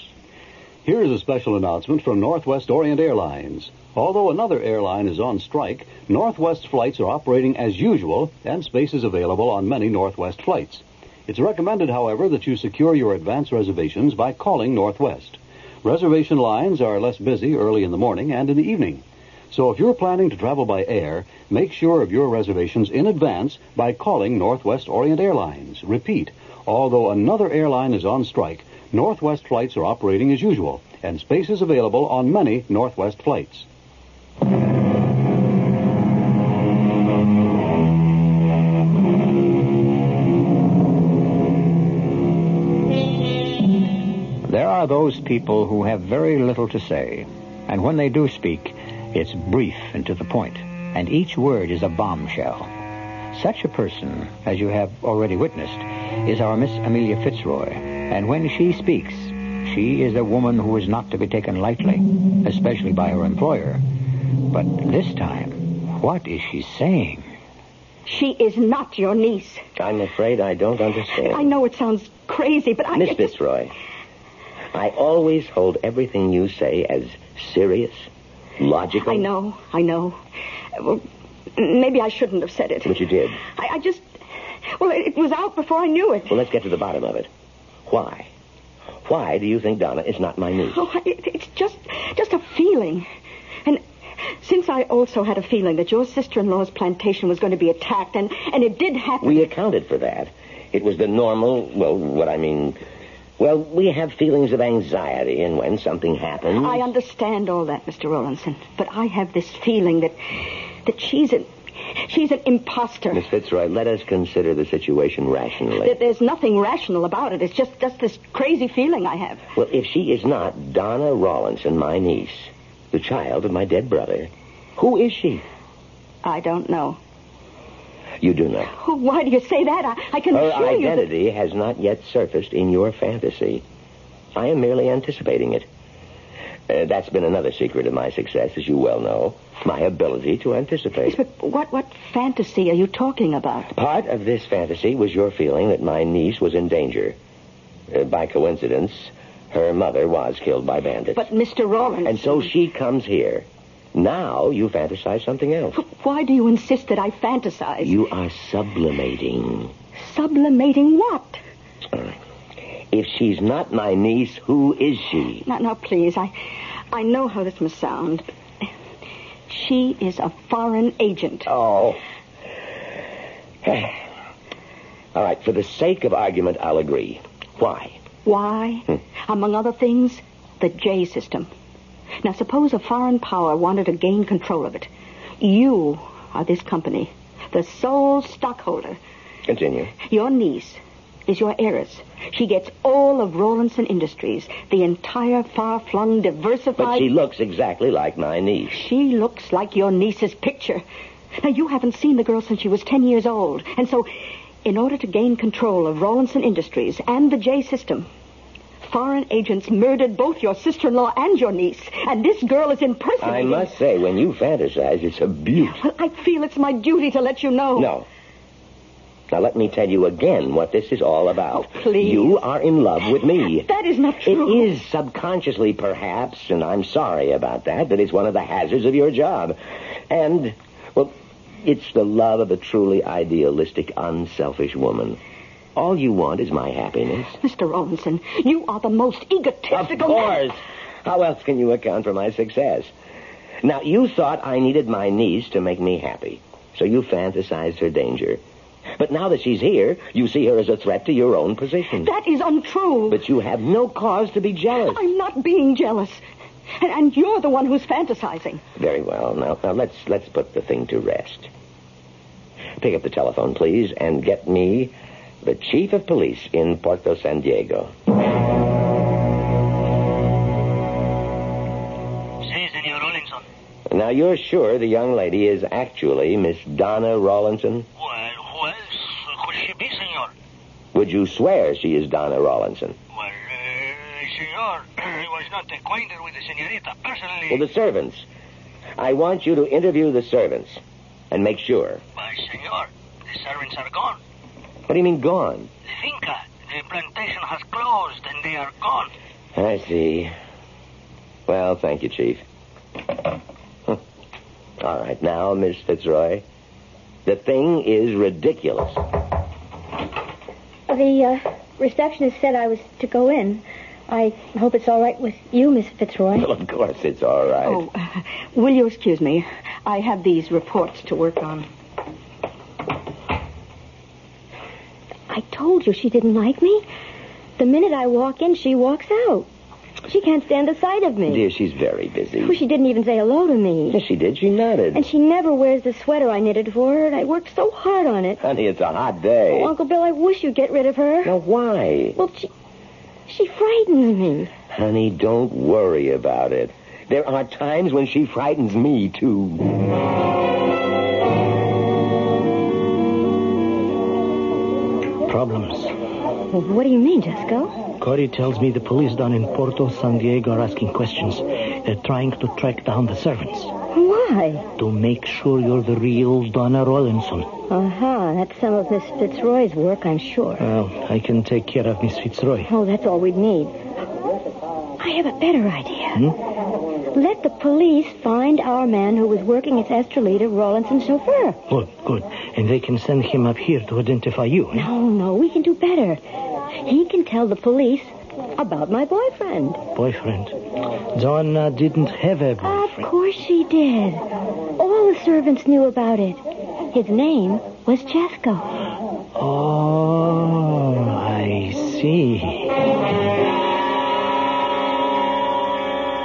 S5: Here's a special announcement from Northwest Orient Airlines. Although another airline is on strike, Northwest flights are operating as usual, and space is available on many Northwest flights. It's recommended, however, that you secure your advance reservations by calling Northwest. Reservation lines are less busy early in the morning and in the evening. So if you're planning to travel by air, make sure of your reservations in advance by calling Northwest Orient Airlines. Repeat, although another airline is on strike, Northwest flights are operating as usual, and space is available on many Northwest flights.
S1: There are those people who have very little to say, and when they do speak, it's brief and to the point.
S19: and each word is a bombshell. Such a person, as you have already witnessed, is our Miss Amelia Fitzroy, and when she speaks, she is a woman who is not to be taken lightly, especially by her employer. But this time, what is she saying?
S7: She is not your niece.
S8: I'm afraid I don't understand.
S7: I know it sounds crazy, but I.
S8: Miss Fitzroy, I always hold everything you say as serious, logical.
S7: I know, I know. Well, maybe I shouldn't have said it.
S8: But you did.
S7: I, I just. Well, it, it was out before I knew it.
S8: Well, let's get to the bottom of it. Why? Why do you think Donna is not my niece?
S7: Oh, I- it, it's just, just a feeling. And since I also had a feeling that your sister-in-law's plantation was going to be attacked, and, and it did happen.
S8: We accounted for that. It was the normal, well, what I mean. Well, we have feelings of anxiety, and when something happens.
S7: I understand all that, Mr. Rawlinson, but I have this feeling that that she's an she's an imposter.
S8: Miss Fitzroy, let us consider the situation rationally.
S7: That there's nothing rational about it. It's just just this crazy feeling I have.
S8: Well, if she is not Donna Rawlinson, my niece, the child of my dead brother, who is she?
S7: I don't know.
S8: You do not.
S7: Oh, why do you say that? I, I can
S8: Her
S7: assure you that
S8: identity has not yet surfaced in your fantasy. I am merely anticipating it. Uh, that's been another secret of my success, as you well know my ability to anticipate.
S7: What what fantasy are you talking about?
S8: Part of this fantasy was your feeling that my niece was in danger. Uh, by coincidence, her mother was killed by bandits.
S7: But Mr. Rawlinson,
S8: And so she comes here. Now you fantasize something else.
S7: why do you insist that I fantasize?
S8: You are sublimating.
S7: Sublimating what?
S8: If she's not my niece, who is she?
S7: Now, now please, I I know how this must sound. She is a foreign agent.
S8: Oh. All right, for the sake of argument, I'll agree. Why?
S7: Why? Among other things, the J system. Now, suppose a foreign power wanted to gain control of it. You are this company, the sole stockholder.
S8: Continue.
S7: Your niece is your heiress. She gets all of Rawlinson Industries, the entire far flung, diversified.
S8: But she looks exactly like my niece.
S7: She looks like your niece's picture. Now, you haven't seen the girl since she was 10 years old. And so, in order to gain control of Rawlinson Industries and the J system, foreign agents murdered both your sister in law and your niece. And this girl is
S8: I
S7: impersonating.
S8: must say, when you fantasize, it's a beaut.
S7: Well, I feel it's my duty to let you know.
S8: No. Now let me tell you again what this is all about.
S7: Oh, please.
S8: You are in love with me.
S7: That is not true.
S8: It is subconsciously, perhaps, and I'm sorry about that, but it's one of the hazards of your job. And, well, it's the love of a truly idealistic, unselfish woman. All you want is my happiness.
S7: Mr. Rawlinson, you are the most egotistical.
S8: Of course. How else can you account for my success? Now, you thought I needed my niece to make me happy, so you fantasized her danger. But now that she's here, you see her as a threat to your own position.
S7: That is untrue.
S8: But you have no cause to be jealous.
S7: I'm not being jealous. And, and you're the one who's fantasizing.
S8: Very well. Now, now let's let's put the thing to rest. Pick up the telephone, please, and get me the chief of police in Puerto San Diego.
S11: Si, Senor Rawlinson.
S8: Now, you're sure the young lady is actually Miss Donna Rawlinson?
S11: Well, who else could she be, senor?
S8: Would you swear she is Donna Rawlinson?
S11: Senor, I eh, was not acquainted with the senorita personally.
S8: Well, the servants. I want you to interview the servants and make sure.
S11: But, senor, the servants are gone.
S8: What do you mean gone?
S11: The finca, the plantation has closed, and they are gone.
S8: I see. Well, thank you, Chief. Huh. All right, now, Miss Fitzroy. The thing is ridiculous.
S10: The uh, receptionist said I was to go in. I hope it's all right with you, Miss Fitzroy.
S8: Well, of course, it's all right.
S7: Oh, will you excuse me? I have these reports to work on.
S10: I told you she didn't like me. The minute I walk in, she walks out. She can't stand the sight of me.
S8: Dear, she's very busy.
S10: Well, she didn't even say hello to me.
S8: Yes, she did. She nodded.
S10: And she never wears the sweater I knitted for her, and I worked so hard on it.
S8: Honey, it's a hot day.
S10: Oh, Uncle Bill, I wish you'd get rid of her.
S8: Now, why?
S10: Well, she, she frightens me.
S8: Honey, don't worry about it. There are times when she frightens me, too.
S11: Problems.
S10: What do you mean, Jesco?
S11: Corey tells me the police down in Porto San Diego are asking questions. They're trying to track down the servants
S10: Why?
S11: to make sure you're the real Donna Rollinson.
S10: Uh-huh. That's some of Miss Fitzroy's work, I'm sure.
S11: Well, I can take care of Miss Fitzroy.
S10: Oh, that's all we'd need. I have a better idea.
S11: Hmm?
S10: Let the police find our man who was working as Estrelita Rawlinson's chauffeur.
S11: Good, good. And they can send him up here to identify you. eh?
S10: No, Oh, no, we can do better. He can tell the police about my boyfriend.
S11: Boyfriend. Donna didn't have a boy.
S10: Of course she did. All the servants knew about it. His name was Chesko.
S11: Oh, I see.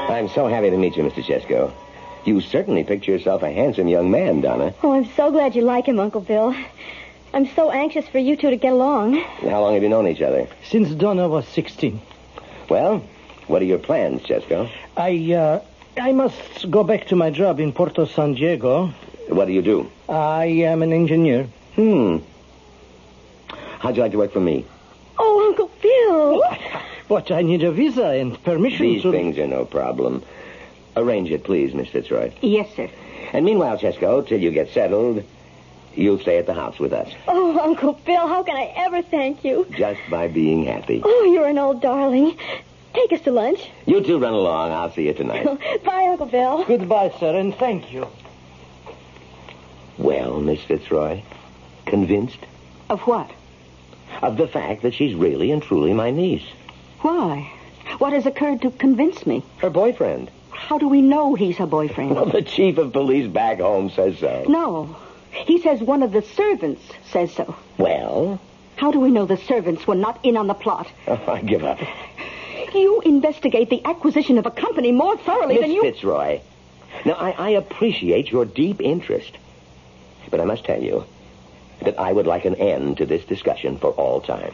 S8: I'm so happy to meet you, Mr. Chesko. You certainly picture yourself a handsome young man, Donna.
S10: Oh, I'm so glad you like him, Uncle Bill. I'm so anxious for you two to get along.
S8: How long have you known each other?
S11: Since Donna was 16,
S8: Well, what are your plans, Chesko?
S11: I, uh, I must go back to my job in Porto San Diego.
S8: What do you do?
S11: I am an engineer.
S8: Hmm. How'd you like to work for me?
S10: Oh, Uncle Bill.
S11: But I need a visa and permission
S8: These
S11: to...
S8: things are no problem. Arrange it, please, Miss Fitzroy.
S10: Yes, sir.
S8: And meanwhile, Chesko, till you get settled, you'll stay at the house with us.
S10: Oh, Uncle Bill, how can I ever thank you?
S8: Just by being happy.
S10: Oh, you're an old darling. Take us to lunch.
S8: You two run along. I'll see you tonight.
S10: Bye, Uncle Bill.
S11: Goodbye, sir, and thank you.
S8: Well, Miss Fitzroy, convinced
S7: Of what?
S8: of the fact that she's really and truly my niece,
S7: Why? What has occurred to convince me?
S8: her boyfriend.
S7: How do we know he's her boyfriend?
S8: Well, the chief of police back home says so.
S7: No. He says one of the servants says so.
S8: Well,
S7: How do we know the servants were not in on the plot?
S8: I give up.
S7: You investigate the acquisition of a company more thoroughly
S8: Miss
S7: than you.
S8: Fitzroy, now I, I appreciate your deep interest, but I must tell you that I would like an end to this discussion for all time.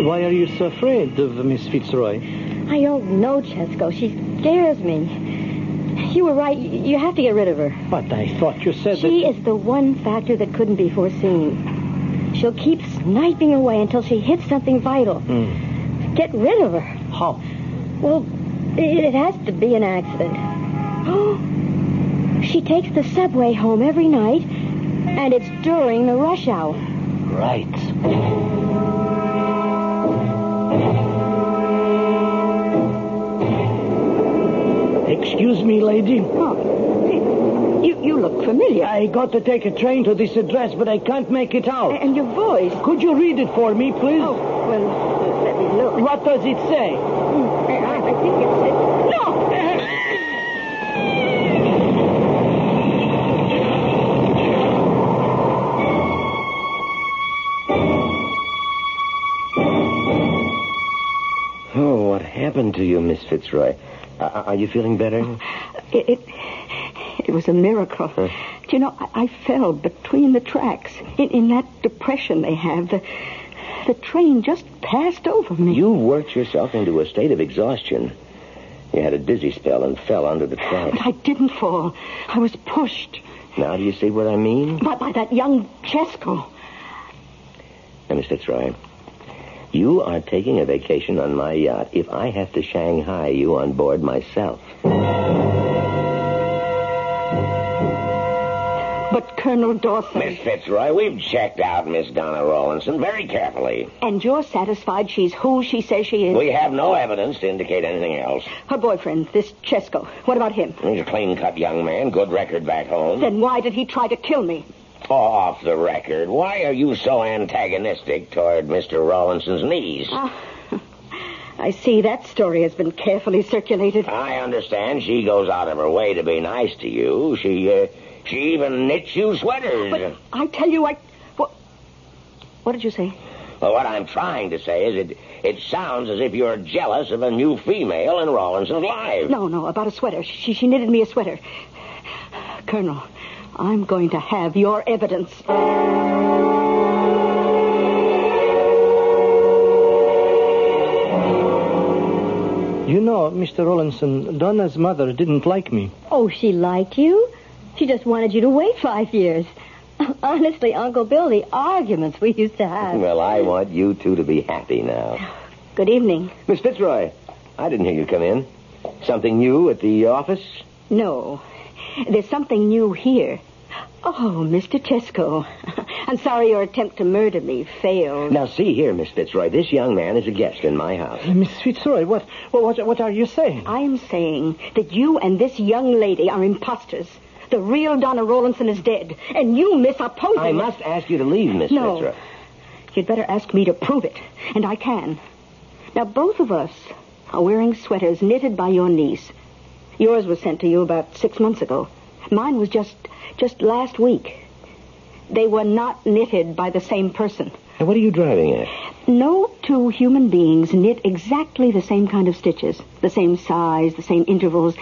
S11: Why are you so afraid of Miss Fitzroy?
S10: I don't know, Chesko. She scares me. You were right. Y- You have to get rid of her.
S11: But I thought you said
S10: She is the one factor that couldn't be foreseen. She'll keep sniping away until she hits something vital.
S11: that... Hmm.
S10: Get rid of her. How? Well, i- it has to be an accident. she takes the subway home every night, and it's during the rush hour.
S11: Right. Excuse me, lady.
S7: Oh, You, you look familiar.
S11: I got to take a train to this address, but I can't make it out.
S7: And your voice.
S11: Could you read it for me, please?
S7: Oh, well, let me look.
S11: What does it say?
S7: I, I think it's. No!
S8: Oh, what happened to you, Miss Fitzroy? Uh, are you feeling better?
S7: It, it, it was a miracle. Do you know, I, I fell between the tracks in, in that depression they have. The, the train just passed over me.
S8: You worked yourself into a state of exhaustion. You had a dizzy spell and fell under the tracks.
S7: But I didn't fall. I was pushed
S8: Now, do you see what I mean?
S7: by, by that young Chesko.
S8: Now, Miss Fitzroy, you are taking a vacation on my yacht if I have to Shanghai you on board myself.
S7: But Colonel Dawson.
S20: Miss Fitzroy, we've checked out Miss Donna Rawlinson very carefully.
S7: And you're satisfied she's who she says she is?
S20: We have no evidence to indicate anything else.
S7: Her boyfriend, this Chesko. What about him?
S20: He's a clean-cut young man, good record back home.
S7: Then why did he try to kill me?
S20: Off the record, why are you so antagonistic toward Mr. Rawlinson's niece?
S7: Oh. I see that story has been carefully circulated.
S20: I understand she goes out of her way to be nice to you. She, uh, she even knits you sweaters.
S7: But I tell you, I. What, what did you say?
S20: Well, what I'm trying to say is it, it sounds as if you're jealous of a new female in Rawlinson's life.
S7: No, no, about a sweater. She, she knitted me a sweater. Colonel, I'm going to have your evidence.
S11: You know, Mr. Rollinson, Donna's mother didn't like me.
S10: Oh, she liked you? She just wanted you to wait five years. Honestly, Uncle Bill, the arguments we used to have.
S21: Well, I want you two to be happy now.
S10: Good evening.
S21: Miss Fitzroy, I didn't hear you come in. Something new at the office?
S7: No. There's something new here. Oh, Mr. Tesco. I'm sorry your attempt to murder me failed.
S21: Now, see here, Miss Fitzroy, this young man is a guest in my house.
S11: Miss Fitzroy, what, what, what are you saying?
S7: I am saying that you and this young lady are imposters. The real Donna Rawlinson is dead, and you, Miss, are posing.
S21: I must ask you to leave, Miss
S7: No.
S21: Fitzroy.
S7: You'd better ask me to prove it, and I can. Now, both of us are wearing sweaters knitted by your niece. Yours was sent to you about six months ago. Mine was just just last week. They were not knitted by the same person.
S21: Now, what are you driving at?
S7: No two human beings knit exactly the same kind of stitches, the same size, the same intervals,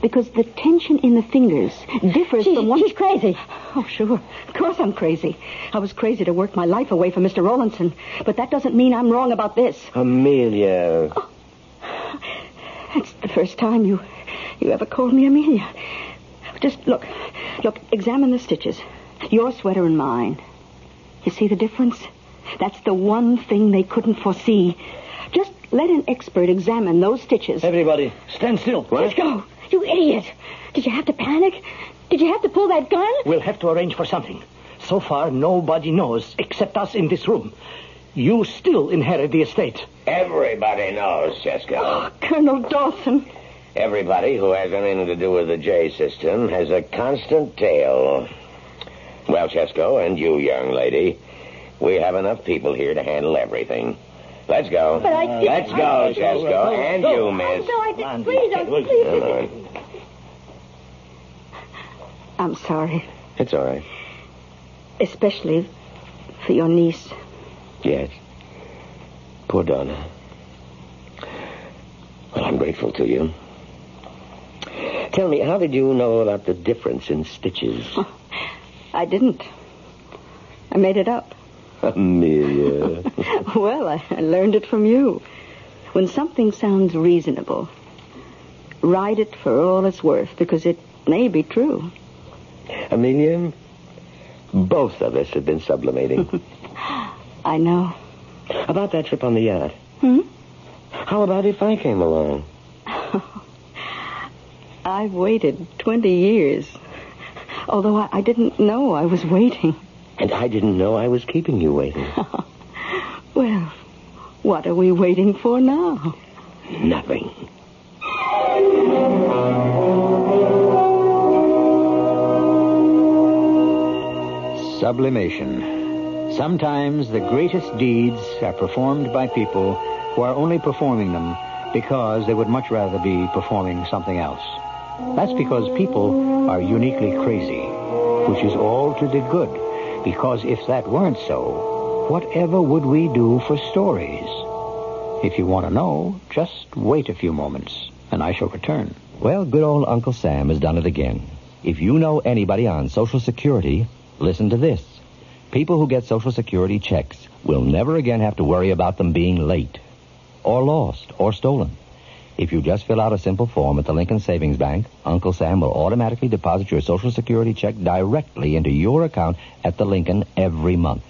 S7: because the tension in the fingers differs from one. She's
S10: crazy.
S7: Oh, sure. Of course I'm crazy. I was crazy to work my life away for Mr. Rawlinson, but that doesn't mean I'm wrong about this.
S21: Amelia.
S7: That's the first time you you ever called me Amelia. Just look, look, examine the stitches. Your sweater and mine. You see the difference? That's the one thing they couldn't foresee. Just let an expert examine those stitches.
S22: Everybody, stand still.
S10: Let's go. You idiot. Did you have to panic? Did you have to pull that gun?
S11: We'll have to arrange for something. So far, nobody knows except us in this room. You still inherit the estate.
S8: Everybody knows, Cisco.
S7: Colonel Dawson.
S8: Everybody who has anything to do with the J system has a constant tale. Well, Chesco, and you, young lady, we have enough people here to handle everything. Let's go.
S10: But I did-
S8: Let's
S10: I-
S8: go, Chesco, and you,
S10: No,
S8: miss.
S10: Oh, I did. Please, I, please.
S8: Come on.
S7: I'm sorry,
S8: It's all right.
S7: especially for your niece.
S8: Yes. Poor Donna. Well, I'm grateful to you. Tell me, how did you know about the difference in stitches?
S7: I didn't. I made it up.
S8: Amelia.
S7: well, I, I learned it from you. When something sounds reasonable, ride it for all it's worth because it may be true.
S8: Amelia, both of us have been sublimating.
S7: I know.
S8: about that trip on the yacht,
S7: Hmm?
S8: how about if I came along?
S7: I've waited 20 years. Although I, I didn't know I was waiting.
S8: And I didn't know I was keeping you waiting.
S7: Well, what are we waiting for now?
S8: Nothing.
S1: Sublimation. Sometimes the greatest deeds are performed by people who are only performing them because they would much rather be performing something else. That's because people are uniquely crazy, which is all to the good, because if that weren't so, whatever would we do for stories? If you want to know, just wait a few moments, and I shall return.
S23: Well, good old Uncle Sam has done it again. If you know anybody on Social Security, listen to this. People who get Social Security checks will never again have to worry about them being late, or lost, or stolen. If you just fill out a simple form at the Lincoln Savings Bank, Uncle Sam will automatically deposit your Social Security check directly into your account at the Lincoln every month.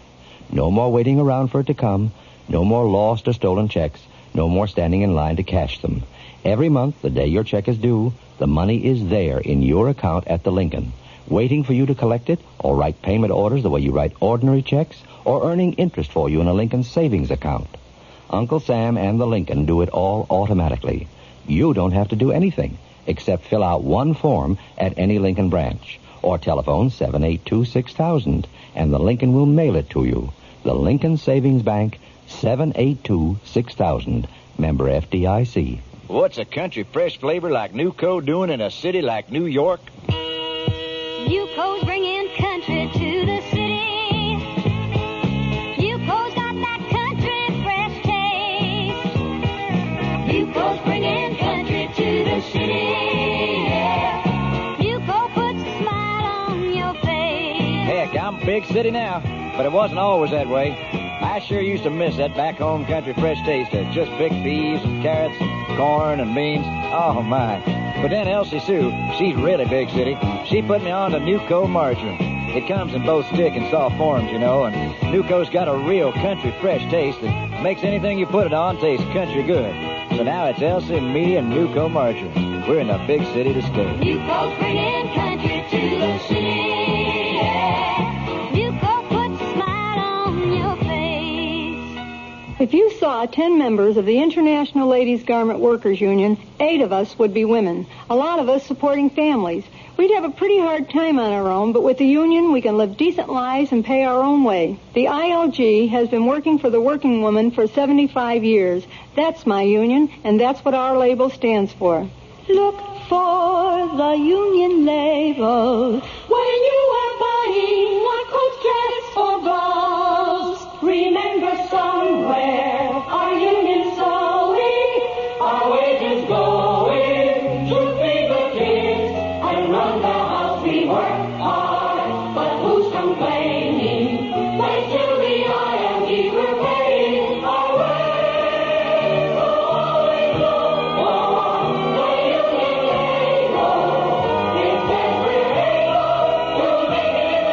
S23: No more waiting around for it to come. No more lost or stolen checks. No more standing in line to cash them. Every month, the day your check is due, the money is there in your account at the Lincoln, waiting for you to collect it or write payment orders the way you write ordinary checks or earning interest for you in a Lincoln savings account. Uncle Sam and the Lincoln do it all automatically. You don't have to do anything except fill out one form at any Lincoln branch or telephone 782 6000 and the Lincoln will mail it to you. The Lincoln Savings Bank, 782 6000, member FDIC.
S24: What's a country fresh flavor like Newco doing in a city like New York?
S2: Yuko's bringing country to the city. Yuko's got that country fresh taste. Yuko's bringing country to the city. Yeah. Yuko puts a smile on your face.
S24: Heck, I'm a big city now, but it wasn't always that way. I sure used to miss that back home country fresh taste of just big peas and carrots, corn and beans. Oh my. But then Elsie Sue, she's really big city. She put me on to Nuco margarine. It comes in both stick and soft forms, you know, and Nuco's got a real country fresh taste that makes anything you put it on taste country good. So now it's Elsie, me, and Nuco margarine. We're in the big city to stay.
S2: Nuco bringing country to the city. Yeah. Nuco puts a smile on your face.
S25: If you saw 10 members of the International Ladies Garment Workers Union, eight of us would be women, a lot of us supporting families. We'd have a pretty hard time on our own, but with the union, we can live decent lives and pay our own way. The ILG has been working for the working woman for 75 years. That's my union, and that's what our label stands for. Look for the union label.
S2: When you are buying one coat dress or blouse, remember somewhere our union sewing, our wages going to feed the kids and run the house. We work hard, but who's complaining? Thanks to the IMD, we're paying our way. Going, going on, the union label is every able to make it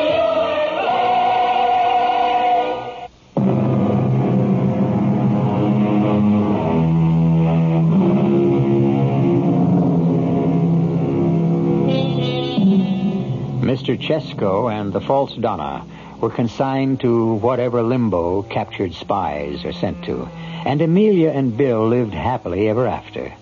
S2: your way.
S1: Mr. Chesko and the false Donna were consigned to whatever limbo captured spies are sent to, and Amelia and Bill lived happily ever after.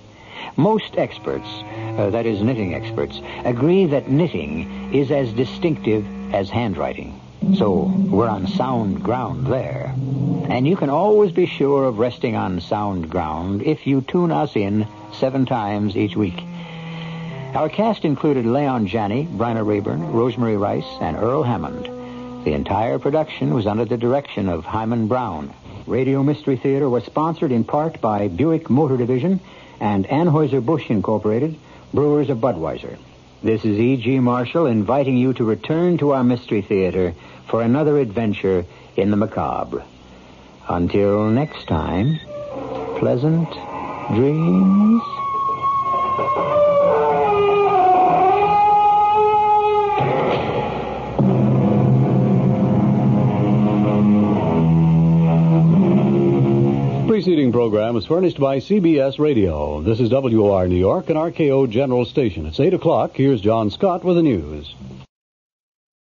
S1: Most experts, uh, that is, knitting experts, agree that knitting is as distinctive as handwriting. So we're on sound ground there. And you can always be sure of resting on sound ground if you tune us in seven times each week. Our cast included Leon Janney, Bryna Rayburn, Rosemary Rice, and Earl Hammond. The entire production was under the direction of Hyman Brown. Radio Mystery Theater was sponsored in part by Buick Motor Division and Anheuser-Busch Incorporated, Brewers of Budweiser. This is E.G. Marshall inviting you to return to our Mystery Theater for another adventure in the macabre. Until next time, pleasant dreams.
S5: Preceding program is furnished by CBS Radio. This is WR New York and RKO General Station. It's 8 o'clock. Here's John Scott with the news.